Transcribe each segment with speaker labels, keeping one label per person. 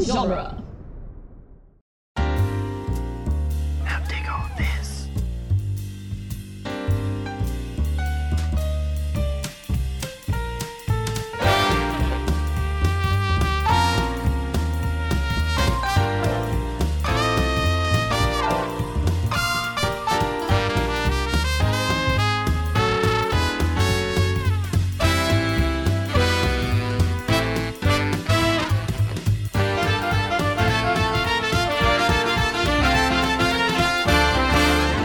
Speaker 1: genre.
Speaker 2: Now dig on this.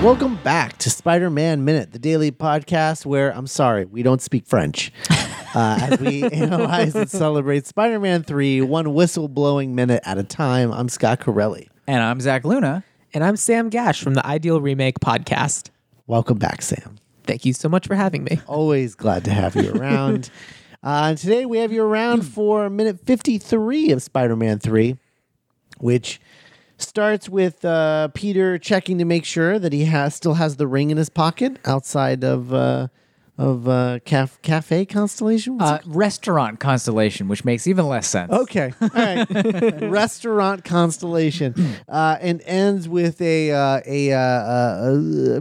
Speaker 3: Welcome back to Spider Man Minute, the daily podcast where I'm sorry, we don't speak French. Uh, as we analyze and celebrate Spider Man 3, one whistle blowing minute at a time, I'm Scott Corelli.
Speaker 4: And I'm Zach Luna.
Speaker 5: And I'm Sam Gash from the Ideal Remake podcast.
Speaker 3: Welcome back, Sam.
Speaker 5: Thank you so much for having me.
Speaker 3: Always glad to have you around. uh, and today we have you around for minute 53 of Spider Man 3, which starts with uh, Peter checking to make sure that he has still has the ring in his pocket outside of. Uh, of uh, caf- cafe constellation, What's it
Speaker 4: Uh, restaurant Constellation, which makes even less sense.
Speaker 3: Okay. All right. Restaurant constellation, uh, and ends with a uh, a, uh, uh,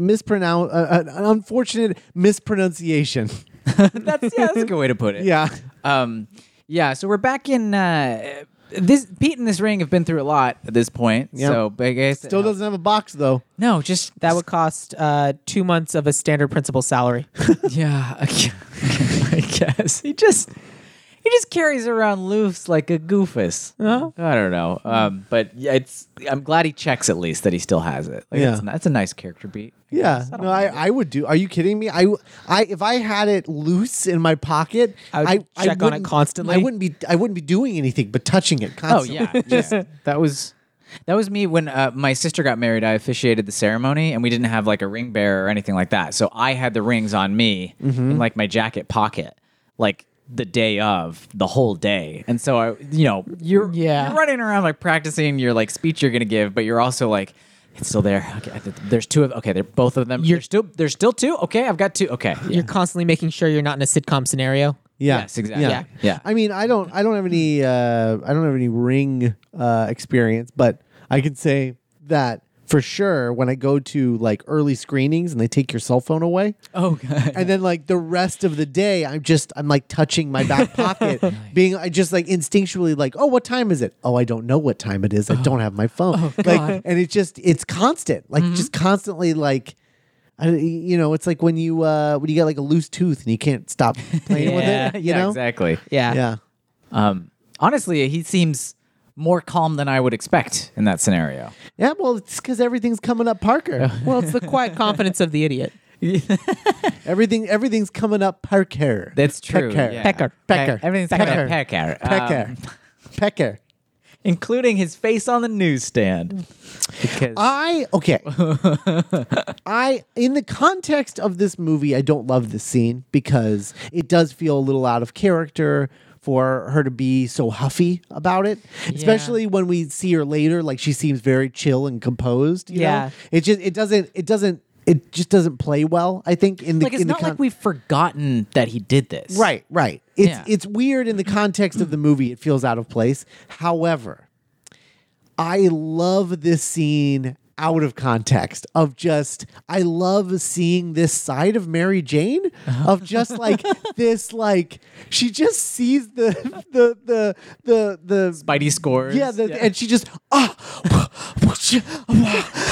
Speaker 3: mispronoun uh, an unfortunate mispronunciation.
Speaker 4: that's, yeah, that's a good way to put it.
Speaker 3: Yeah.
Speaker 4: Um, yeah, so we're back in. Uh, this Pete and this ring have been through a lot at this point.
Speaker 3: Yeah.
Speaker 4: So, but I guess
Speaker 3: Still doesn't have a box though.
Speaker 4: No, just
Speaker 5: That would cost uh, two months of a standard principal salary.
Speaker 4: Yeah, I gu- I guess he just he just carries around loose like a goofus.
Speaker 5: Uh-huh.
Speaker 4: I don't know, um, but yeah, it's I'm glad he checks at least that he still has it. Like,
Speaker 3: Yeah.
Speaker 4: that's, that's a nice character beat. I
Speaker 3: Yeah.
Speaker 4: guess. I don't
Speaker 3: No, I,
Speaker 4: mind it.
Speaker 3: I would do. Are you kidding me? I, w- I- if I had it loose in my pocket,
Speaker 5: I would
Speaker 3: I
Speaker 5: check on it
Speaker 3: wouldn't-
Speaker 5: constantly.
Speaker 3: I wouldn't be I wouldn't be doing anything but touching it
Speaker 4: Oh
Speaker 3: constantly.
Speaker 4: yeah, just that was that was me when uh, my sister got married. I officiated the ceremony, and we didn't have like a ring bearer or anything like that. So I had the rings on me in like my jacket pocket, like the day of the whole day. And so I, you know, you're
Speaker 5: Yeah.
Speaker 4: you're running around like practicing your like speech you're gonna give, but you're also like. It's still there. Okay, I th- there's two of. Okay, they're both of them. You're still there's still two. Okay, I've got two. Okay,
Speaker 5: You're constantly making sure you're not in a sitcom scenario.
Speaker 3: Yeah.
Speaker 4: Yes, exactly.
Speaker 3: Yeah.
Speaker 4: Yeah.
Speaker 3: I mean, I don't I don't have any uh I don't have any ring uh experience, but I can say that for sure when I go to like early screenings and they take your cell phone away.
Speaker 4: Oh, God.
Speaker 3: And then like the rest of the day I'm just I'm like touching my back pocket being I just like instinctually like, "Oh, what time is it?" "Oh, I don't know what time it is. I
Speaker 4: Oh.
Speaker 3: don't have my phone." like and it's just it's constant.
Speaker 4: Mm-hmm.
Speaker 3: Like just constantly like I, you know, it's like when you uh when you get like a loose tooth and you can't stop playing with it, you
Speaker 4: yeah,
Speaker 3: know?
Speaker 4: exactly.
Speaker 5: Yeah.
Speaker 3: Yeah.
Speaker 4: Um, honestly, he seems more calm than I would expect in that scenario.
Speaker 3: Yeah, well, it's because everything's coming up Parker.
Speaker 5: Well, it's the quiet confidence of the idiot.
Speaker 3: Everything, everything's coming up Parker.
Speaker 4: That's true.
Speaker 3: Pecker.
Speaker 4: yeah.
Speaker 5: Pecker.
Speaker 3: Pecker.
Speaker 4: Pe- Everything's
Speaker 3: Pecker.
Speaker 4: Pecker. Pecker.
Speaker 3: Pecker.
Speaker 4: Um,
Speaker 3: Pecker.
Speaker 4: including his face on the newsstand. Uh, Because
Speaker 3: I okay. I in the context of this movie, I don't love this scene because it does feel a little out of character for her to be so huffy about it. Especially when we see her later, like she seems very chill and composed. You
Speaker 5: Yeah.
Speaker 3: know? It just it doesn't it doesn't it just doesn't play well, I think, in the
Speaker 4: like, it's
Speaker 3: in the
Speaker 4: not
Speaker 3: con-
Speaker 4: like we've forgotten that he did this.
Speaker 3: Right, right. It's
Speaker 4: Yeah.
Speaker 3: it's weird in the context of the movie. It feels out of place. However, I love this scene out of context of just I love seeing this side of Mary Jane of just like this like she just sees the the the the the
Speaker 4: Spidey scores.
Speaker 3: yeah, the, and she just ah,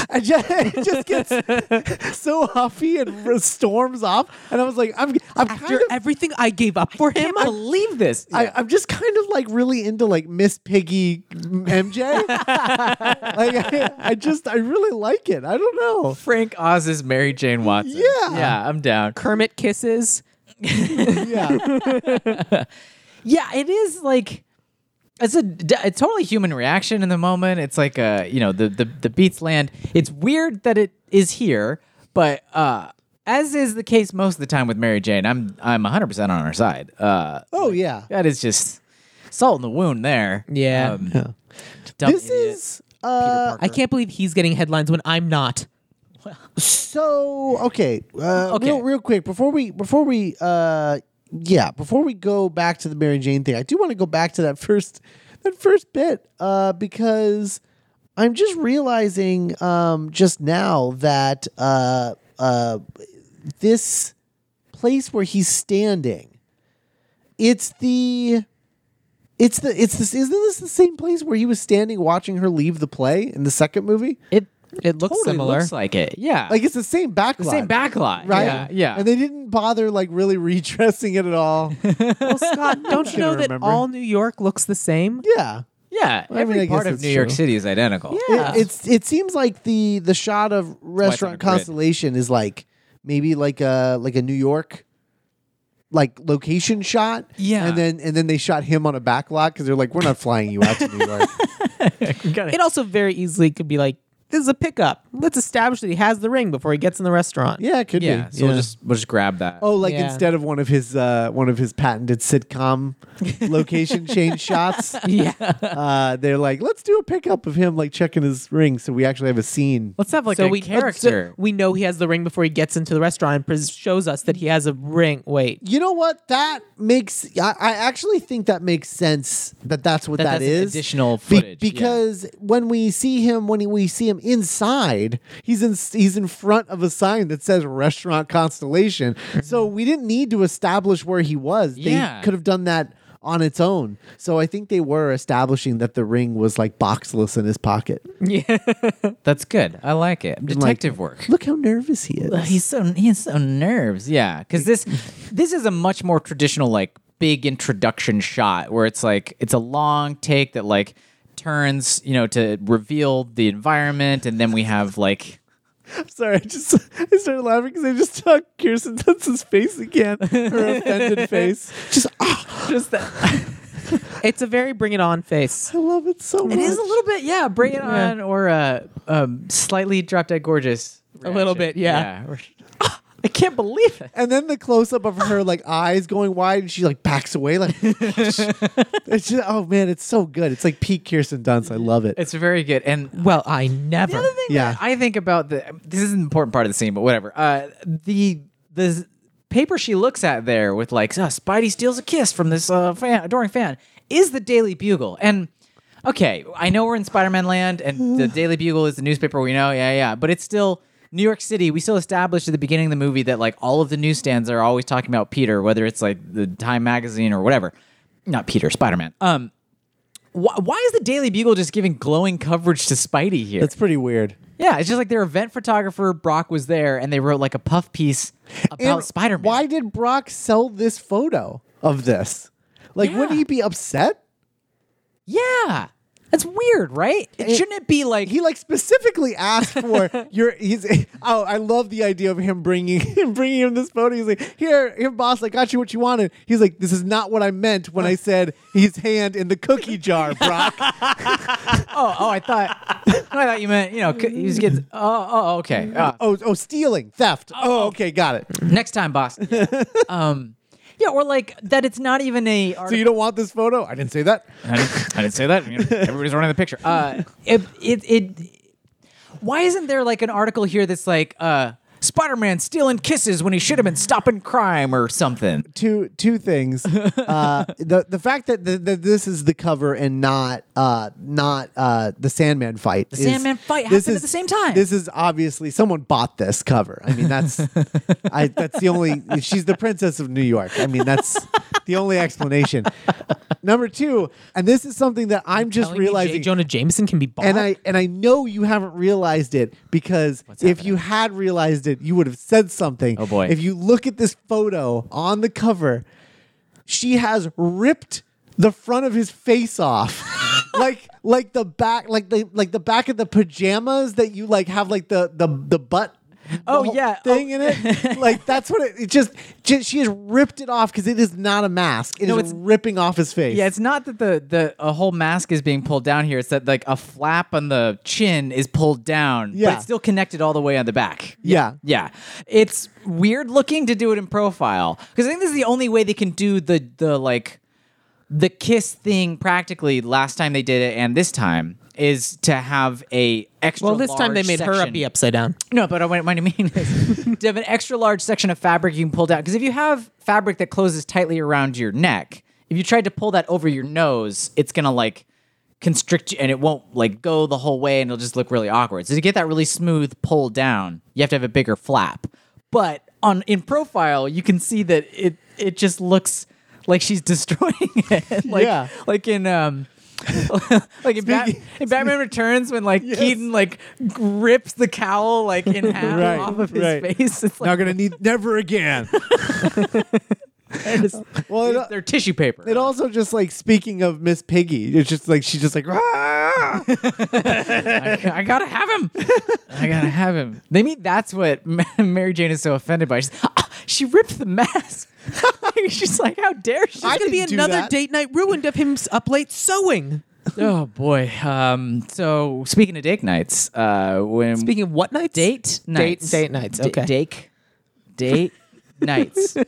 Speaker 3: and just, it just gets so huffy and r- storms off. And I was like, I'm, I'm
Speaker 5: After
Speaker 3: kind of,
Speaker 5: everything I gave up for him,
Speaker 4: I believe this.
Speaker 3: I, I'm just kind of like really into like Miss Piggy MJ. like I, I just, I really like it. I don't know.
Speaker 4: Frank Oz is Mary Jane Watson.
Speaker 3: Yeah.
Speaker 4: Yeah, I'm down.
Speaker 5: Kermit kisses.
Speaker 3: Yeah,
Speaker 4: Yeah, it is like it's a, d- a totally human reaction in the moment. It's like uh, you know, the the the beats land. It's weird that it is here, but uh as is the case most of the time with Mary Jane, I'm I'm 100% on her side. Uh
Speaker 3: Oh, yeah.
Speaker 4: That is just salt in the wound there. Um,
Speaker 5: Yeah.
Speaker 4: dumb
Speaker 3: this
Speaker 4: idiot.
Speaker 3: is. Uh,
Speaker 5: I can't believe he's getting headlines when I'm not.
Speaker 3: so okay, uh,
Speaker 4: Okay.
Speaker 3: Real, real quick before we before we uh, yeah before we go back to the Mary Jane thing, I do want to go back to that first that first bit uh, because I'm just realizing um, just now that uh, uh, this place where he's standing, it's the. It's the it's this isn't this the same place where he was standing watching her leave the play in the second movie?
Speaker 4: It
Speaker 5: It looks
Speaker 4: totally
Speaker 5: similar.
Speaker 4: looks like it. Yeah,
Speaker 3: Like it's the same backlot.
Speaker 4: the same backlot.
Speaker 3: right?
Speaker 4: Yeah, yeah.
Speaker 3: And they didn't bother like really redressing it at all.
Speaker 5: well, Scott, don't you
Speaker 3: gonna
Speaker 5: know that
Speaker 3: remember.
Speaker 5: all New York looks the same?
Speaker 3: yeah.
Speaker 4: yeah.
Speaker 3: I
Speaker 4: every
Speaker 3: mean, I guess
Speaker 4: part of
Speaker 3: it's
Speaker 4: New York
Speaker 3: true.
Speaker 4: City is identical.
Speaker 5: Yeah.
Speaker 3: It, it's it seems like the the shot of
Speaker 4: on a
Speaker 3: restaurant
Speaker 4: grid.
Speaker 3: constellation is like maybe like a like a New York like location shot.
Speaker 4: Yeah.
Speaker 3: And then and then they shot him on a back lot because they're like, we're not flying you out to New York.
Speaker 5: It also very easily could be like, this is a pickup. Let's establish that he has the ring before he gets in the restaurant.
Speaker 3: yeah, it could
Speaker 4: yeah.
Speaker 3: be.
Speaker 4: So we'll just we'll just grab that.
Speaker 3: Oh, like
Speaker 5: Yeah.
Speaker 3: instead of one of his uh, one of his patented sitcom location change shots,
Speaker 5: Yeah.
Speaker 3: uh, they're like, let's do a pickup of him like checking his ring, so we actually have a scene.
Speaker 4: let's have like
Speaker 5: so
Speaker 4: a
Speaker 5: we
Speaker 4: character.
Speaker 5: so we know he has the ring before he gets into the restaurant and pres- shows us that he has a ring. Wait.
Speaker 3: You know what? That makes. I, I actually think that makes sense. That that's what
Speaker 4: That-
Speaker 3: that
Speaker 4: that's an
Speaker 3: is.
Speaker 4: additional
Speaker 3: Be-
Speaker 4: footage, yeah.
Speaker 3: because when we see him, when we see him inside, he's in he's in front of a sign that says Restaurant Constellation. so we didn't need to establish where he was. They
Speaker 4: Yeah.
Speaker 3: could have done that on its own. So I think they were establishing that the ring was like boxless in his pocket.
Speaker 5: Yeah.
Speaker 4: That's good. I like it.
Speaker 3: like-
Speaker 4: Detective work.
Speaker 3: Look how nervous he is.
Speaker 4: Well, he's so he has so nerves, yeah. Because this this is a much more traditional like big introduction shot where it's like it's a long take that like turns you know to reveal the environment, and then we have like
Speaker 3: Sorry, I just I started laughing because I just saw Kirsten Dunst's face again, her offended face. Just ah,
Speaker 4: just that
Speaker 5: it's a very bring it on face.
Speaker 3: I love it so much.
Speaker 4: it is a little bit yeah. Bring it
Speaker 5: Yeah.
Speaker 4: on or uh, um, slightly drop dead gorgeous.
Speaker 5: A little
Speaker 4: reaction.
Speaker 5: bit, yeah. I can't believe it.
Speaker 3: and then the close up of her like eyes going wide, and she like backs away. Like, it's just, oh man, it's so good. It's like peak Kirsten Dunst. I love it.
Speaker 4: It's very good and
Speaker 5: Well, I never.
Speaker 4: The other thing
Speaker 3: Yeah.
Speaker 4: that I think about the this is an important part of the scene, but whatever. Uh, the the z- paper she looks at there with like oh, Spidey steals a kiss from this uh, fan, adoring fan is the Daily Bugle, and okay, I know we're in Spider Man land, and the Daily Bugle is the newspaper we know, yeah, yeah, but it's still. New York City, we still established at the beginning of the movie that like all of the newsstands are always talking about Peter, whether it's like the Time magazine or whatever. Not Peter, Spider Man. Um, why, why is the Daily Bugle just giving glowing coverage to Spidey here?
Speaker 3: That's pretty weird.
Speaker 4: Yeah, it's just like their event photographer Brock was there, and they wrote like a puff piece about
Speaker 3: And
Speaker 4: Spider Man.
Speaker 3: Why did Brock sell this photo of this? Like,
Speaker 4: Yeah.
Speaker 3: wouldn't he be upset?
Speaker 4: Yeah, that's weird, right? It, shouldn't it be like
Speaker 3: He like specifically asked for your. He's oh, I love the idea of him bringing him bringing him this photo. He's like, here, here, boss, I got you what you wanted. He's like, this is not what I meant when I said his hand in the cookie jar, Brock.
Speaker 4: oh oh I thought I thought you meant you know c- he was getting oh oh okay uh,
Speaker 3: oh, oh, stealing, theft. Oh, okay, got it.
Speaker 4: next time boss Yeah. um yeah or like that it's not even a
Speaker 3: So you don't want this photo? I didn't say that.
Speaker 4: I didn't, I didn't say that. You know, Everybody's running the picture. Uh, it, it, it, why isn't there like an article here that's like uh, Spider Man stealing kisses when he should have been stopping crime or something?
Speaker 3: Two two things. Uh, the the fact that the, that this is the cover and not uh, not uh, the Sandman fight. The
Speaker 4: Sandman fight happened at the same time.
Speaker 3: This is obviously someone bought this cover. I mean, that's I, that's the only. She's the princess of New York. I mean, that's the only explanation. Number two, and this is something that I'm just
Speaker 5: Telling me J.
Speaker 3: realizing.
Speaker 5: Jonah Jameson can be bought.
Speaker 3: and I and I know you haven't realized it because if you had realized it, you would have said something.
Speaker 4: Oh, boy.
Speaker 3: If you look at this photo on the cover, she has ripped the front of his face off. like like the back like the like the back of the pajamas that you like have like the the the butt
Speaker 4: Oh,
Speaker 3: whole
Speaker 4: yeah.
Speaker 3: thing in it like that's what it, it just, ju- she has ripped it off because it is not a mask It is
Speaker 4: No, it's-
Speaker 3: ripping off his face
Speaker 4: Yeah, it's not that the the a whole mask is being pulled down here. It's that like a flap on the chin is pulled down,
Speaker 3: Yeah.
Speaker 4: but it's still connected all the way on the back.
Speaker 3: Yeah.
Speaker 4: yeah. It's weird looking to do it in profile because I think this is the only way they can do the the like the kiss thing practically. Last time they did it, and this time is to have a extra.
Speaker 5: well, this time they
Speaker 4: large
Speaker 5: made her
Speaker 4: section.
Speaker 5: up be upside down.
Speaker 4: No, but what, what I mean is to have an extra large section of fabric you can pull down. Because if you have fabric that closes tightly around your neck, if you tried to pull that over your nose, it's gonna like constrict you and it won't like go the whole way and it'll just look really awkward. So to get that really smooth pull down, you have to have a bigger flap. But on in profile, you can see that it it just looks like she's destroying it. like
Speaker 3: Yeah.
Speaker 4: like in um like in, Bat-
Speaker 3: Speaking-
Speaker 4: in Batman Returns when like Keaton like rips the cowl like in half
Speaker 3: Right,
Speaker 4: off of his
Speaker 3: right.
Speaker 4: face. It's
Speaker 3: Not
Speaker 4: like
Speaker 3: gonna need never again. well, it,
Speaker 4: they're tissue paper.
Speaker 3: it also just like speaking of Miss Piggy, it's just like she's just like "Ah!"
Speaker 4: I, I gotta have him. I gotta have him. They mean that's what Ma- Mary Jane is so offended by. She's, "Ah, she ripped the mask. She's like, how dare she?
Speaker 3: I
Speaker 5: It's gonna be
Speaker 3: didn't do
Speaker 5: another
Speaker 3: that.
Speaker 5: date night ruined of him s- up late sewing.
Speaker 4: oh boy. Um. So speaking of date nights, uh, when
Speaker 5: Speaking of what nights?
Speaker 4: date nights,
Speaker 5: date nights, okay.
Speaker 4: date, date nights. Uh,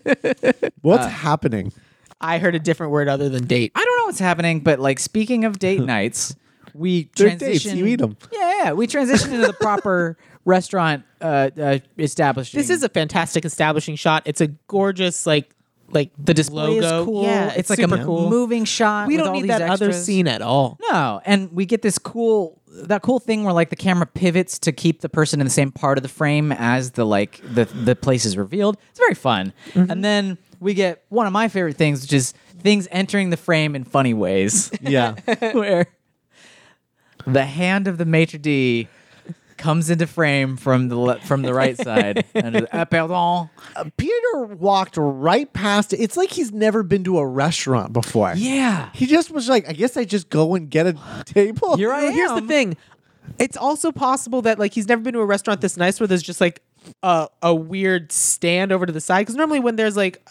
Speaker 3: What's happening?
Speaker 5: I heard a different word other than date.
Speaker 4: I don't know what's happening, but like speaking of date nights, we
Speaker 3: They're dates,
Speaker 4: transition.
Speaker 3: you eat 'em.
Speaker 4: Yeah, yeah, we transitioned into the proper restaurant uh, uh establishment.
Speaker 5: This is a fantastic establishing shot. It's a gorgeous like like the
Speaker 4: display
Speaker 5: logo.
Speaker 4: is cool.
Speaker 5: Yeah,
Speaker 4: it's, like a
Speaker 5: super cool.
Speaker 4: moving shot.
Speaker 5: We
Speaker 4: with
Speaker 5: don't
Speaker 4: all
Speaker 5: need
Speaker 4: these
Speaker 5: that other
Speaker 4: extras.
Speaker 5: scene at all.
Speaker 4: No, and we get this cool that cool thing where like the camera pivots to keep the person in the same part of the frame as the like the the place is revealed. It's very fun.
Speaker 3: Mm-hmm.
Speaker 4: And then we get one of my favorite things, which is things entering the frame in funny ways,
Speaker 3: Yeah.
Speaker 4: where the hand of the maitre d comes into frame from the le- from the right side. And it's, "Ah, pardon.
Speaker 3: Peter walked right past it. It's like he's never been to a restaurant before.
Speaker 4: Yeah.
Speaker 3: He just was like, I guess I just go and get a table.
Speaker 4: You're right. I
Speaker 5: Here's the
Speaker 4: am.
Speaker 5: thing. It's also possible that like he's never been to a restaurant this nice where there's just like a a weird stand over to the side because normally when there's like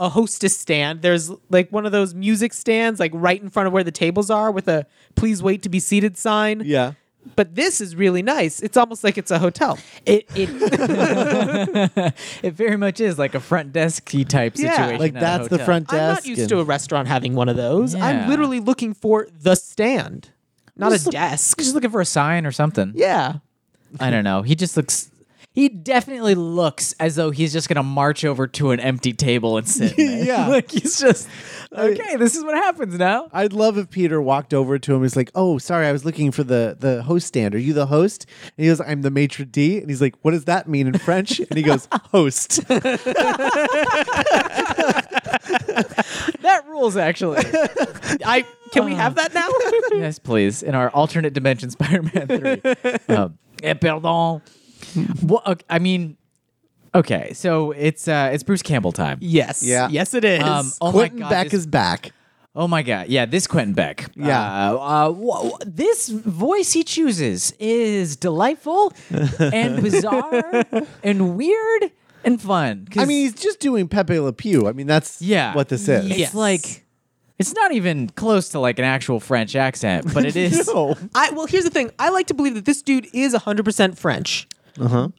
Speaker 5: a hostess stand, there's like one of those music stands like right in front of where the tables are with a please wait to be seated sign.
Speaker 3: Yeah.
Speaker 5: But this is really nice. It's almost like it's a hotel.
Speaker 4: It it it very much is like a front desky type
Speaker 5: Yeah.
Speaker 4: situation.
Speaker 3: Like
Speaker 4: at a
Speaker 3: that's the
Speaker 4: hotel.
Speaker 3: front desk.
Speaker 5: I'm not used
Speaker 3: and-
Speaker 5: to a restaurant having one of those.
Speaker 4: Yeah.
Speaker 5: I'm literally looking for the stand, not
Speaker 4: Just
Speaker 5: a
Speaker 4: look-
Speaker 5: desk.
Speaker 4: Just looking for a sign or something.
Speaker 5: Yeah.
Speaker 4: I don't know. He just looks. He definitely looks as though he's just gonna march over to an empty table and sit. in it.
Speaker 3: Yeah.
Speaker 4: like he's just okay. This is what happens now.
Speaker 3: I'd love if Peter walked over to him. He's like, "Oh, sorry, I was looking for the the host stand. Are you the host?" And he goes, "I'm the maitre d." And he's like, "What does that mean in French?" And he goes, "Host."
Speaker 4: That rules, actually.
Speaker 5: I can we have that now?
Speaker 4: yes, please. In our alternate dimension, Spider-Man Three. um, eh, pardon. Wha- ok- I mean, okay. So it's uh, it's Bruce Campbell time.
Speaker 5: yes.
Speaker 3: Yeah.
Speaker 5: Yes it is.
Speaker 4: Um, oh
Speaker 3: Quentin
Speaker 4: my God,
Speaker 3: Beck
Speaker 4: this-
Speaker 3: is back.
Speaker 4: Oh my god! Yeah, this Quentin Beck.
Speaker 3: Yeah.
Speaker 4: Uh, uh, wh- wh- this voice he chooses is delightful and bizarre and weird and fun. 'Cause
Speaker 3: I mean, he's just doing Pepe Le Pew. I mean, that's
Speaker 4: yeah,
Speaker 3: what this is.
Speaker 4: It's
Speaker 5: Yes.
Speaker 4: like it's not even close to like an actual French accent, but it is.
Speaker 3: No.
Speaker 5: oh. I well, here's the thing. I like to believe that this dude is 100% French.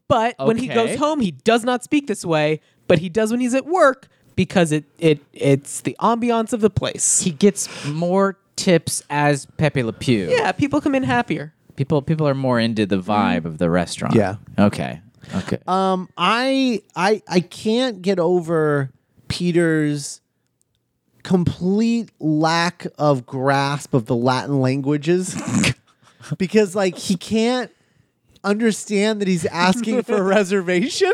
Speaker 5: But when he
Speaker 4: Okay.
Speaker 5: goes home, he does not speak this way, but he does when he's at work because it it it's the ambiance of the place.
Speaker 4: He gets more tips as Pepe Le Pew.
Speaker 5: yeah, people come in happier.
Speaker 4: People people are more into
Speaker 5: Mm-hmm.
Speaker 4: the vibe of the restaurant.
Speaker 3: Yeah.
Speaker 4: Okay. Okay.
Speaker 5: Uh,
Speaker 3: Um, I I I can't get over Peter's complete lack of grasp of the Latin languages because like he can't understand that he's asking for a reservation.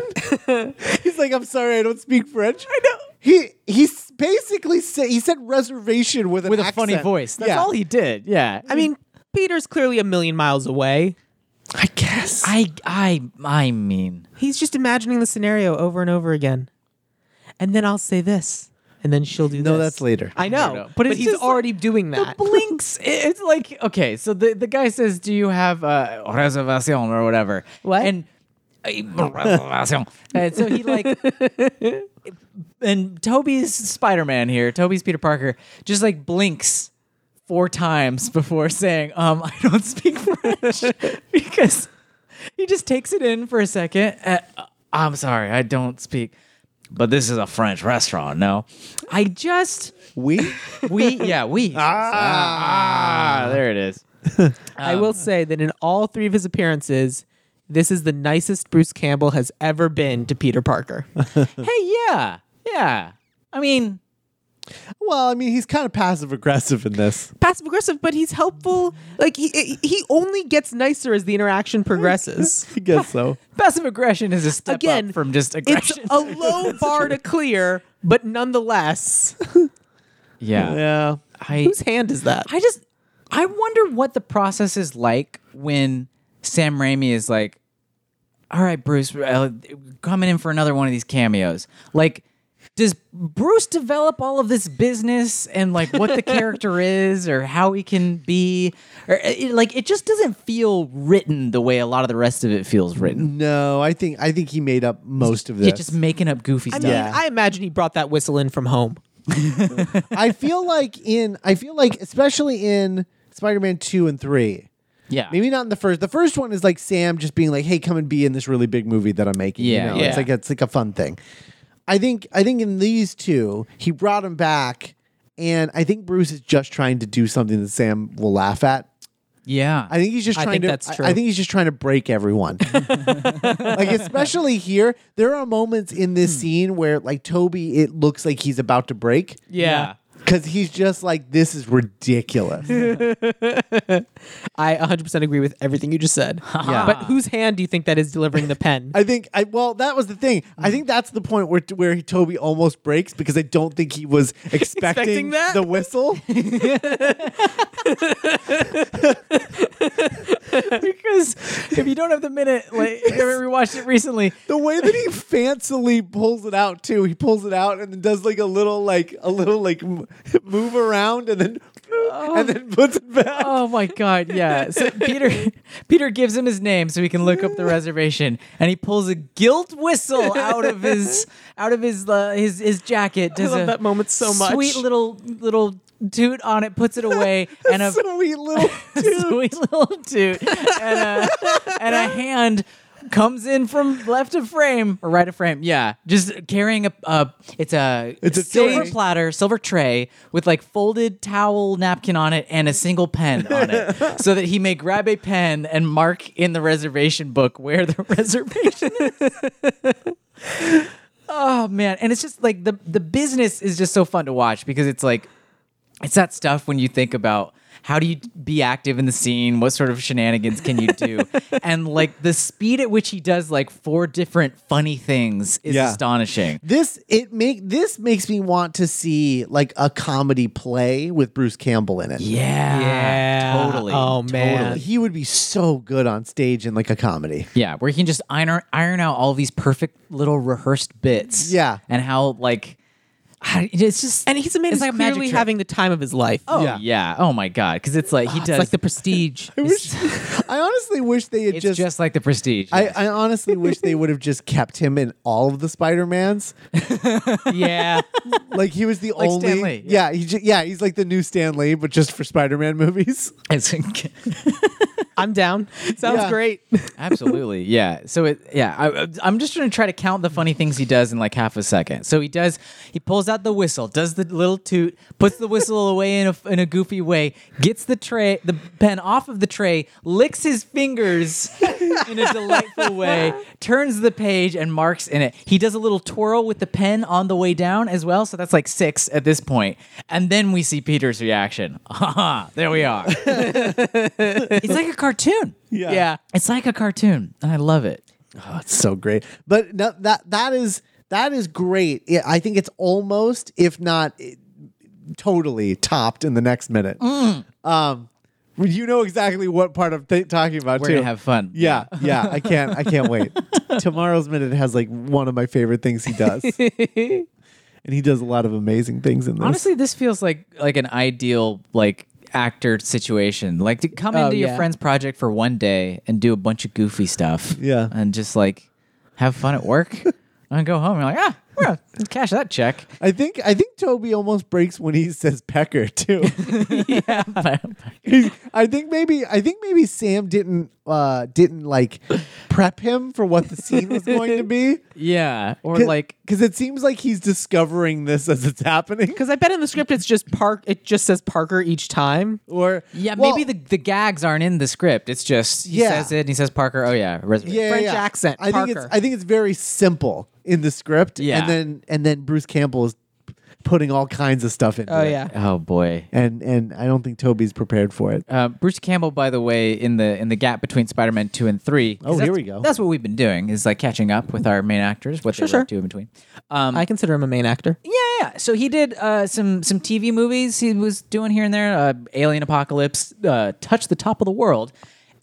Speaker 3: he's like, I'm sorry, I don't speak French. I know. He he s- basically said he said reservation with an
Speaker 4: with a funny
Speaker 3: accent.
Speaker 4: voice. That's
Speaker 3: yeah.
Speaker 4: all he did. Yeah.
Speaker 5: I mean, Peter's clearly a million miles away.
Speaker 3: I guess.
Speaker 4: I I I mean.
Speaker 5: He's just imagining the scenario over and over again. And then I'll say this, and then she'll do
Speaker 3: no,
Speaker 5: this.
Speaker 3: that's later.
Speaker 5: I know,
Speaker 4: no.
Speaker 5: but,
Speaker 4: But
Speaker 5: he's
Speaker 4: just like-
Speaker 5: already doing that.
Speaker 4: The blinks. i- It's like okay. So the, the guy says, "Do you have uh, reservation or whatever?"
Speaker 5: What?
Speaker 4: And uh, reservation. And Uh, so he like. and Toby's Spider Man here, Toby's Peter Parker, just like blinks four times before saying, "Um, I don't speak French," because he just takes it in for a second. Uh, I'm sorry, I don't speak. But this is a French restaurant, no? I just
Speaker 3: We
Speaker 4: we yeah we ah, there it is
Speaker 5: I
Speaker 4: Um.
Speaker 5: will say that in all three of his appearances, this is the nicest Bruce Campbell has ever been to Peter Parker.
Speaker 4: hey yeah yeah i mean
Speaker 3: Well, I mean, he's kind of passive aggressive in this.
Speaker 5: Passive aggressive, but he's helpful. Like he he only gets nicer as the interaction progresses.
Speaker 3: I guess so.
Speaker 4: Passive aggression is a step
Speaker 5: Again,
Speaker 4: up from just
Speaker 5: It's
Speaker 4: aggression.
Speaker 5: a low bar to clear, but nonetheless,
Speaker 4: yeah.
Speaker 3: Yeah.
Speaker 4: I,
Speaker 5: whose hand is that?
Speaker 4: I just I wonder what the process is like when Sam Raimi is like, "All right, Bruce, uh, coming in for another one of these cameos." Like, does Bruce develop all of this business and like what the character is or how he can be, or uh, it, like it just doesn't feel written the way a lot of the rest of it feels written.
Speaker 3: No, I think I think he made up most of this.
Speaker 4: Yeah, just making up goofy
Speaker 5: I
Speaker 4: stuff.
Speaker 5: mean,
Speaker 3: Yeah.
Speaker 5: I imagine he brought that whistle in from home.
Speaker 3: I feel like in I feel like especially in Spider-Man 2 and 3.
Speaker 4: yeah,
Speaker 3: Maybe not in the first. The first one is like Sam just being like, "Hey, come and be in this really big movie that I'm making." you
Speaker 4: Yeah,
Speaker 3: know?
Speaker 5: yeah.
Speaker 3: it's like it's like a fun thing. I think I think in these two, he brought him back, and I think Bruce is just trying to do something that Sam will laugh at.
Speaker 4: yeah.
Speaker 3: I think he's just
Speaker 5: I
Speaker 3: trying
Speaker 5: think
Speaker 3: to.
Speaker 5: that's
Speaker 3: I-
Speaker 5: true.
Speaker 3: I, think he's just trying to break everyone. like especially here, there are moments in this
Speaker 5: Hmm.
Speaker 3: scene where like Toby, it looks like he's about to break
Speaker 4: Yeah.
Speaker 3: because he's just like, "This is ridiculous."
Speaker 5: I 100% agree with everything you just said.
Speaker 3: Yeah.
Speaker 5: But whose hand do you think that is delivering the pen?
Speaker 3: I think I well that was the thing. I think that's the point where where he- Toby almost breaks because I don't think he was expecting,
Speaker 5: Expecting that?
Speaker 3: the whistle.
Speaker 4: because if you don't have the minute, like if you haven't rewatched it recently,
Speaker 3: the way that he fancily pulls it out too. He pulls it out and then does like a little like a little like m- move around and then and then puts it back.
Speaker 4: Oh my god, yeah. So Peter Peter gives him his name so he can look up the reservation and he pulls a gilt whistle out of his out of his uh, his his jacket. Does
Speaker 5: love
Speaker 4: a
Speaker 5: that moment so much.
Speaker 4: Sweet little little toot on it, puts it away and a
Speaker 3: Sweet little
Speaker 4: sweet little toot and a, and a hand comes in from left of frame or right of frame yeah just carrying a uh, it's a
Speaker 3: It's a
Speaker 4: silver
Speaker 3: tray.
Speaker 4: platter silver tray with like folded towel napkin on it and a single pen on it so that he may grab a pen and mark in the reservation book where the reservation is oh man and it's just like the the business is just so fun to watch because it's like it's that stuff when you think about how do you be active in the scene what sort of shenanigans can you do and like the speed at which he does like four different funny things is
Speaker 3: Yeah.
Speaker 4: astonishing
Speaker 3: This it make this makes me want to see like a comedy play with Bruce Campbell in it.
Speaker 4: yeah
Speaker 5: Yeah.
Speaker 4: totally
Speaker 5: Oh, man.
Speaker 4: totally.
Speaker 3: He would be so good on stage in like a comedy.
Speaker 4: yeah where he can just iron iron out all these perfect little rehearsed bits
Speaker 3: Yeah.
Speaker 4: and how like I- it's just
Speaker 5: and he's a man
Speaker 4: it's
Speaker 5: who's
Speaker 4: like a magic
Speaker 5: clearly
Speaker 4: trick.
Speaker 5: having the time of his life. Oh,
Speaker 4: yeah. oh my god because it's like he
Speaker 5: it's
Speaker 4: does
Speaker 5: like the prestige.
Speaker 3: I wish I honestly wish they had
Speaker 4: it's
Speaker 3: just
Speaker 4: just, like the prestige
Speaker 3: I, I honestly wish they would have just kept him in all of the Spider Mans.
Speaker 5: yeah.
Speaker 3: Like he was the
Speaker 4: Like
Speaker 3: only.
Speaker 4: Stan Lee,
Speaker 3: yeah. he ju- yeah, he's like the new Stan Lee, but just for Spider Man movies.
Speaker 4: It's-
Speaker 5: I'm down. Sounds
Speaker 3: Yeah.
Speaker 5: great.
Speaker 4: Absolutely, yeah. So it, yeah. I, I'm just going to try to count the funny things he does in like half a second. So he does. He pulls out the whistle, does the little toot, puts the whistle away in a in a goofy way, gets the tray, the pen off of the tray, licks his fingers in a delightful way, turns the page and marks in it. He does a little twirl with the pen on the way down as well. So that's like six at this point. And then we see Peter's reaction. Aha! There we are. it's like a cartoon.
Speaker 3: Yeah.
Speaker 5: Yeah.
Speaker 4: It's like a cartoon, and I love it.
Speaker 3: Oh, it's so great. But no, that that is that is great. Yeah, I think it's almost, if not eh, totally, topped in the next minute.
Speaker 4: Mm.
Speaker 3: Um, you know exactly what part I'm th- talking about
Speaker 4: We're
Speaker 3: too.
Speaker 4: gonna have fun.
Speaker 3: yeah, yeah, I can't, I can't wait. Tomorrow's minute has like one of my favorite things he does, and he does a lot of amazing things in this.
Speaker 4: Honestly, this feels like like an ideal like actor situation. Like to come
Speaker 5: Oh,
Speaker 4: into your
Speaker 5: yeah.
Speaker 4: friend's project for one day and do a bunch of goofy stuff.
Speaker 3: Yeah.
Speaker 4: And just like have fun at work and go home. You're like, ah, we're gonna cash that check.
Speaker 3: I think I think Toby almost breaks when he says Pecker too.
Speaker 4: yeah.
Speaker 3: I think maybe I think maybe Sam didn't uh didn't like prep him for what the scene was going to be.
Speaker 4: yeah. Or
Speaker 3: Cause,
Speaker 4: like
Speaker 3: because it seems like he's discovering this as it's happening.
Speaker 5: Because I bet in the script it's just Park. It just says Parker each time.
Speaker 3: Or
Speaker 4: yeah,
Speaker 3: well,
Speaker 4: maybe the, the gags aren't in the script. It's just he
Speaker 3: Yeah.
Speaker 4: says it and he says Parker, oh yeah, reservation.
Speaker 3: yeah, yeah,
Speaker 5: French
Speaker 3: yeah.
Speaker 5: accent,
Speaker 3: I think it's
Speaker 5: Parker.
Speaker 3: I think it's very simple in the script.
Speaker 4: Yeah.
Speaker 3: and then and then Bruce Campbell is putting all kinds of stuff into
Speaker 5: Oh
Speaker 3: it.
Speaker 5: yeah.
Speaker 4: Oh boy.
Speaker 3: And and I don't think Toby's prepared for it.
Speaker 4: Uh, Bruce Campbell, by the way, in the in the gap between Spider-Man two and three. 'cause
Speaker 3: Oh, here
Speaker 4: that's-
Speaker 3: we go.
Speaker 4: That's what we've been doing is like catching up with our main actors, what
Speaker 5: Sure,
Speaker 4: they were up to
Speaker 5: sure.
Speaker 4: in between. Um,
Speaker 5: I consider him a main actor.
Speaker 4: yeah, yeah. So he did uh, some some TV movies. He was doing here and there. Uh, Alien Apocalypse, uh, Touch the Top of the World,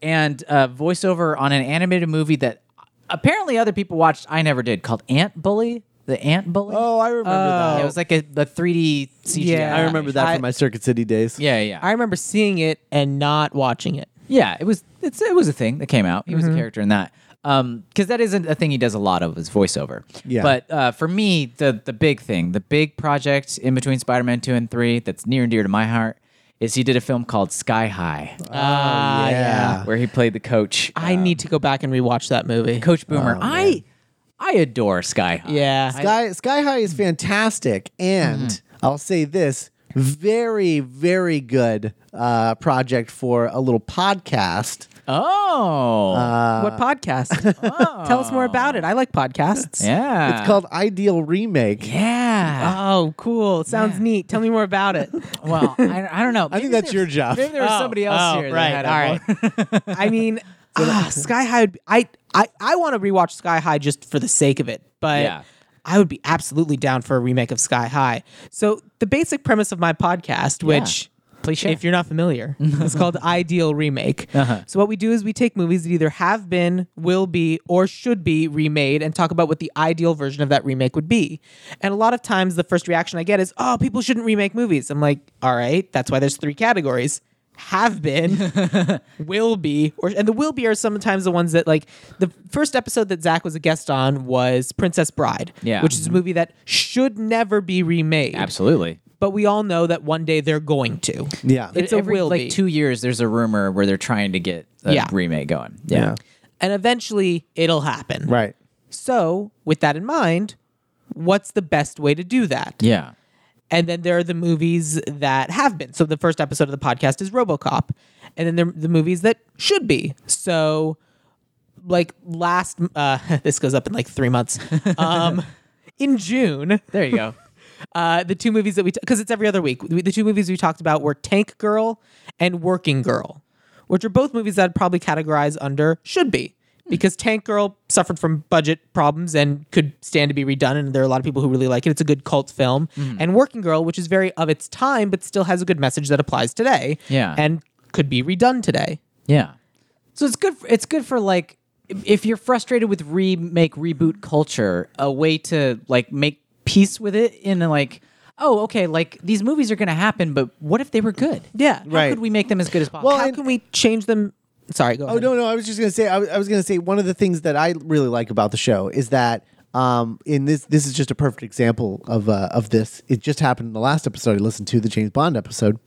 Speaker 4: and uh, voiceover on an animated movie that apparently other people watched. I never did. Called Ant Bully. The Ant Bully. Uh,
Speaker 3: Oh, I remember that.
Speaker 4: It was like a the 3D CGI.
Speaker 5: Yeah,
Speaker 3: I remember that
Speaker 5: I-
Speaker 3: from my Circuit City days.
Speaker 4: Yeah, yeah.
Speaker 5: I remember seeing it and not watching it.
Speaker 4: Yeah, it was it's it was a thing that came out. He was
Speaker 3: Mm-hmm.
Speaker 4: a character in that. Um, because that isn't a thing he does a lot of is voiceover.
Speaker 3: Yeah.
Speaker 4: But uh, for me, the the big thing, the big project in between Spider-Man two and three that's near and dear to my heart is he did a film called Sky High,
Speaker 5: Ah,
Speaker 3: Oh, yeah. Ah,
Speaker 4: where he played the coach.
Speaker 5: I need to go back and rewatch that movie.
Speaker 4: Coach Boomer.
Speaker 3: oh,
Speaker 4: I I adore Sky High.
Speaker 5: Yeah.
Speaker 3: Sky Sky High is fantastic, and I'll say this: very, very good uh, project for a little podcast.
Speaker 4: Oh.
Speaker 3: Uh,
Speaker 5: what podcast? Tell us more about it. I like podcasts.
Speaker 4: yeah.
Speaker 3: It's called Ideal Remake.
Speaker 4: Uh. Yeah.
Speaker 5: Oh, cool. Sounds neat. Tell me more about it.
Speaker 4: well, I, I don't know.
Speaker 3: I think that's your job.
Speaker 4: Maybe there was
Speaker 5: Oh,
Speaker 4: somebody else
Speaker 5: oh,
Speaker 4: here.
Speaker 5: right,
Speaker 4: That had a
Speaker 5: all right.
Speaker 4: more-
Speaker 5: I mean, ah, Sky High would be, I I I want to rewatch Sky High just for the sake of it, but
Speaker 4: Yeah.
Speaker 5: I would be absolutely down for a remake of Sky High. So the basic premise of my podcast, which
Speaker 4: Please share.
Speaker 5: if you're not familiar, it's called Ideal Remake. So what we do is we take movies that either have been, will be, or should be remade and talk about what the ideal version of that remake would be. And a lot of times the first reaction I get is, "Oh, people shouldn't remake movies." I'm like, "All right, that's why there's three categories." Have been, will be or and the will be are sometimes the ones that like the first episode that Zach was a guest on was Princess Bride,
Speaker 4: Yeah.
Speaker 5: which is a movie that should never be remade.
Speaker 4: Absolutely.
Speaker 5: But we all know that one day they're going to.
Speaker 3: Yeah.
Speaker 5: It's a
Speaker 4: every
Speaker 5: will
Speaker 4: like
Speaker 5: be.
Speaker 4: two years there's a rumor where they're trying to get a
Speaker 5: Yeah.
Speaker 4: remake going
Speaker 3: Yeah.
Speaker 5: and eventually it'll happen.
Speaker 3: Right.
Speaker 5: So, with that in mind, what's the best way to do that?
Speaker 4: yeah
Speaker 5: And then there are the movies that have been. So the first episode of the podcast is RoboCop, and then there the movies that should be. So, like last, uh, this goes up in like three months. Um, in June,
Speaker 4: there you go
Speaker 5: uh, the two movies that we because it's every other week. We- The two movies we talked about were Tank Girl and Working Girl, which are both movies that I'd probably categorize under should be
Speaker 4: Hmm.
Speaker 5: because Tank Girl suffered from budget problems and could stand to be redone, and there are a lot of people who really like it. It's a good cult film,
Speaker 4: Hmm.
Speaker 5: and Working Girl, which is very of its time but still has a good message that applies today,
Speaker 4: Yeah.
Speaker 5: and could be redone today.
Speaker 4: yeah so it's good for, it's good for like if you're frustrated with remake reboot culture a way to like make peace with it in a, like oh okay like these movies are gonna happen but what if they were good
Speaker 5: Yeah,
Speaker 4: how could we make them as good as possible
Speaker 3: Well,
Speaker 5: How
Speaker 3: and-
Speaker 5: can we change them? Sorry, go.
Speaker 3: Oh no, no. I was just gonna say. I, was- I was gonna say one of the things that I really like about the show is that, um, in this, this is just a perfect example of uh, of this. It just happened in the last episode I listened to, the James Bond episode.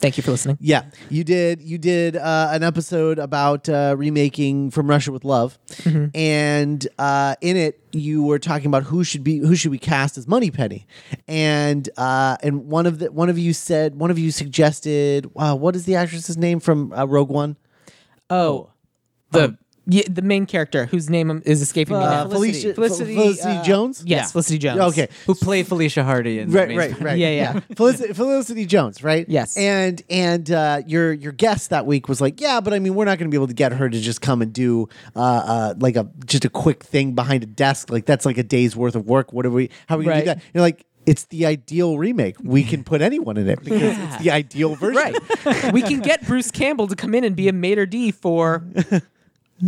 Speaker 5: Thank you for listening.
Speaker 3: Yeah, you did. You did uh, an episode about uh, remaking From Russia with Love, and uh, in it you were talking about who should be who should we cast as Money Penny, and uh, and one of the one of you said one of you suggested uh, what is the actress's name from uh, Rogue One?
Speaker 5: Oh, the yeah, the main character whose name is escaping me now.
Speaker 3: Uh, Felicia
Speaker 5: Felicity,
Speaker 3: Fel- Felicity
Speaker 5: uh,
Speaker 3: Jones.
Speaker 5: Yes,
Speaker 4: Yeah.
Speaker 5: Felicity Jones.
Speaker 3: Okay.
Speaker 4: who played felicia hardy in
Speaker 3: Right,
Speaker 4: Amazing-
Speaker 3: right, right.
Speaker 5: Yeah, yeah.
Speaker 3: Felicity, Felicity Jones, right?
Speaker 5: Yes.
Speaker 3: And and uh, your your guest that week was like, yeah, but I mean, we're not going to be able to get her to just come and do uh, uh, like a just a quick thing behind a desk. Like that's like a day's worth of work. What are we? How are we going
Speaker 5: Right.
Speaker 3: to do that? You're like. It's the ideal remake. We can put anyone in it because it's the ideal version.
Speaker 5: Right. we can get Bruce Campbell to come in and be a maitre d for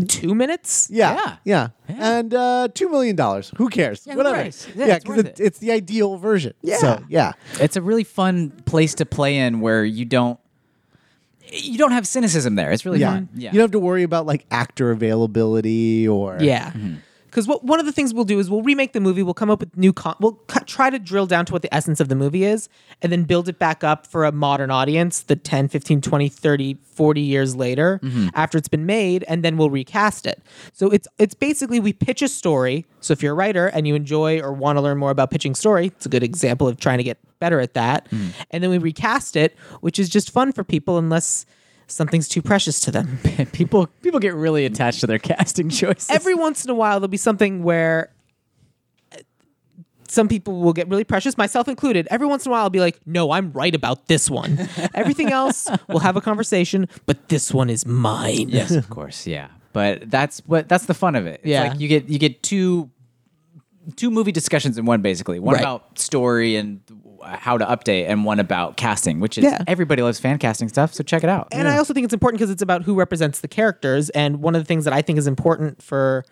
Speaker 5: two minutes.
Speaker 3: Yeah, yeah,
Speaker 4: Yeah.
Speaker 3: and uh, two million dollars. Who cares?
Speaker 4: Yeah, who
Speaker 3: Whatever.
Speaker 4: cares? Yeah,
Speaker 3: Yeah,
Speaker 4: it's
Speaker 3: because
Speaker 4: worth
Speaker 3: it-
Speaker 4: it.
Speaker 3: it's the ideal version. Yeah, so, yeah.
Speaker 4: It's a really fun place to play in where you don't you don't have cynicism there. It's really
Speaker 3: Yeah.
Speaker 4: fun. Mm-hmm. Yeah.
Speaker 3: You don't have to worry about like actor availability or
Speaker 5: Yeah. Because what one of the things we'll do is we'll remake the movie. We'll come up with new. Con- we'll cu- try to drill down to what the essence of the movie is, and then build it back up for a modern audience. The 10, 15, 20, 30, 40 years later, after it's been made, and then we'll recast it. So it's it's basically we pitch a story. So if you're a writer and you enjoy or want to learn more about pitching story, it's a good example of trying to get better at that. And then we recast it, which is just fun for people, unless something's too precious to them.
Speaker 4: people people get really attached to their casting choices.
Speaker 5: every once in a while there'll be something where uh, some people will get really precious, myself included. Every once in a while, I'll be like, no, I'm right about this one. Everything else, we'll have a conversation, but this one is mine.
Speaker 4: yes, of course, yeah. But that's what that's the fun of it. It's
Speaker 5: Yeah.
Speaker 4: like you get you get two two movie discussions in one basically. One
Speaker 5: Right.
Speaker 4: about story and how to update, and one about casting, which is
Speaker 5: Yeah.
Speaker 4: everybody loves fan casting stuff. So check it out.
Speaker 5: And I also think it's important because it's about who represents the characters. And one of the things that I think is important for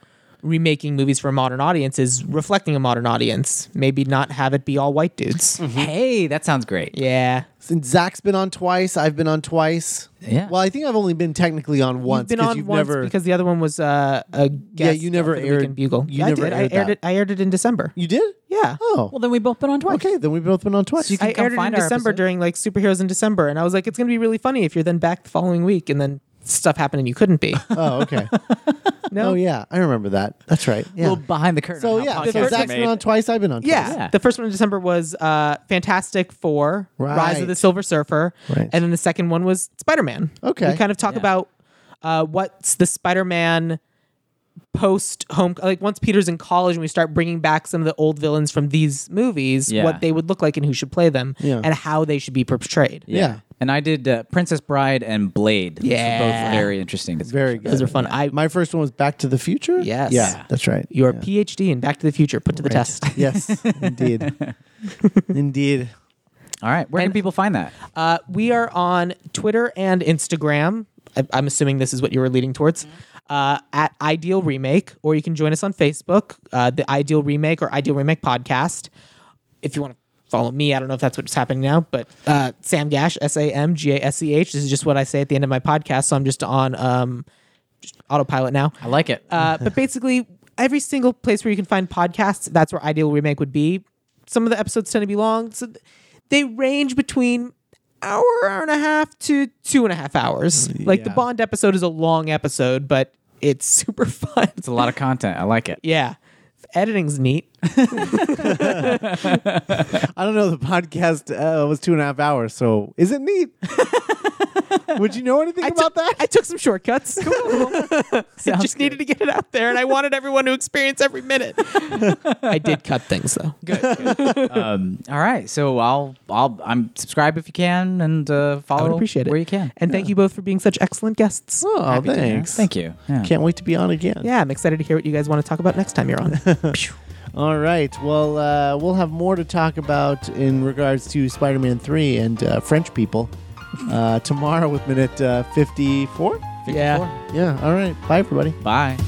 Speaker 5: remaking movies for a modern audience is reflecting a modern audience. Maybe not have it be all white dudes.
Speaker 4: Mm-hmm. hey, that sounds great.
Speaker 5: Yeah.
Speaker 3: Since Zach's been on twice, I've been on twice.
Speaker 4: Yeah.
Speaker 3: Well, I think I've only been technically on once.
Speaker 5: You've been
Speaker 3: 'cause
Speaker 5: on
Speaker 3: you've
Speaker 5: once
Speaker 3: never,
Speaker 5: because the other one was uh, a guest.
Speaker 3: you never
Speaker 5: for the
Speaker 3: aired-
Speaker 5: Weekend Bugle.
Speaker 3: you
Speaker 5: Yeah,
Speaker 3: never
Speaker 5: I did.
Speaker 3: aired
Speaker 5: I aired
Speaker 3: that.
Speaker 5: it. I aired it in December.
Speaker 3: you did.
Speaker 5: Yeah.
Speaker 3: Oh.
Speaker 4: Well, then we both been on twice.
Speaker 3: okay. Then we've both been on twice.
Speaker 4: So you can
Speaker 5: I
Speaker 4: come
Speaker 5: aired it in
Speaker 4: find our
Speaker 5: December
Speaker 4: episode.
Speaker 5: during like superheroes in December, and I was like, it's gonna be really funny if you're then back the following week, and then stuff happened and you couldn't be.
Speaker 3: oh, okay.
Speaker 5: No,
Speaker 3: Oh yeah, I remember that. That's right. Yeah.
Speaker 4: little behind the curtain.
Speaker 3: so
Speaker 4: on how
Speaker 3: yeah,
Speaker 4: podcasts
Speaker 3: so
Speaker 4: are
Speaker 3: Zach's been
Speaker 4: made.
Speaker 3: on twice. I've been on.
Speaker 5: Yeah.
Speaker 3: twice.
Speaker 4: Yeah.
Speaker 5: The first one in December was uh, Fantastic Four, Rise
Speaker 3: Right.
Speaker 5: of the Silver Surfer.
Speaker 3: Right.
Speaker 5: And then the second one was Spider Man.
Speaker 3: Okay.
Speaker 5: We kind of talk
Speaker 4: Yeah.
Speaker 5: about uh, what's the Spider Man post home, like once Peter's in college and we start bringing back some of the old villains from these movies,
Speaker 4: Yeah.
Speaker 5: what they would look like and who should play them
Speaker 3: Yeah.
Speaker 5: and how they should be portrayed.
Speaker 4: Yeah.
Speaker 3: Yeah.
Speaker 4: And I did uh, Princess Bride and Blade. which were
Speaker 5: Yeah.
Speaker 4: both very interesting. discussions.
Speaker 3: Very good.
Speaker 5: Those are fun. I,
Speaker 3: My first one was Back to the Future.
Speaker 5: Yes.
Speaker 3: Yeah, that's right.
Speaker 5: your
Speaker 3: Yeah.
Speaker 5: PhD in Back to the Future put to the
Speaker 3: Right.
Speaker 5: test.
Speaker 3: yes, indeed, indeed.
Speaker 4: All right. Where can people find that?
Speaker 5: Uh, we are on Twitter and Instagram. I, I'm assuming this is what you were leading towards. Uh, at Ideal Remake, or you can join us on Facebook, uh, the Ideal Remake or Ideal Remake Podcast. If you want to follow me, I don't know if that's what's happening now, but uh, Sam Gash, S A M G A S E H. This is just what I say at the end of my podcast, so I'm just on um, just autopilot now.
Speaker 4: I like it.
Speaker 5: Uh, but basically, every single place where you can find podcasts, that's where Ideal Remake would be. Some of the episodes tend to be long, so th- they range between hour, hour and a half to two and a half hours. Like the
Speaker 3: Mm, Yeah.
Speaker 5: Bond episode is a long episode, but it's super fun.
Speaker 4: it's a lot of content. I like it.
Speaker 5: yeah, editing's neat.
Speaker 3: I don't know. The podcast uh, was two and a half hours, so is it neat? Would you know anything about
Speaker 5: took,
Speaker 3: that?
Speaker 5: I took some shortcuts. I
Speaker 4: Sounds
Speaker 5: just needed to get it out there, and I wanted everyone to experience every minute. I did cut things though.
Speaker 4: um, all right. So I'll I'll I'm subscribe if you can and uh,
Speaker 5: I
Speaker 4: follow
Speaker 5: would appreciate it
Speaker 4: where you can.
Speaker 5: And thank you both for being such excellent guests.
Speaker 3: Oh,
Speaker 4: Happy to, yeah.
Speaker 3: thanks.
Speaker 4: Thank you. Yeah.
Speaker 3: Can't wait to be on again.
Speaker 5: Yeah, I'm excited to hear what you guys want to talk about next time you're on. Phew.
Speaker 3: All right. Well, uh, we'll have more to talk about in regards to Spider Man 3 and uh, French people uh, tomorrow with minute uh, 54.
Speaker 5: yeah.
Speaker 3: Yeah. All right. Bye, everybody.
Speaker 4: Bye.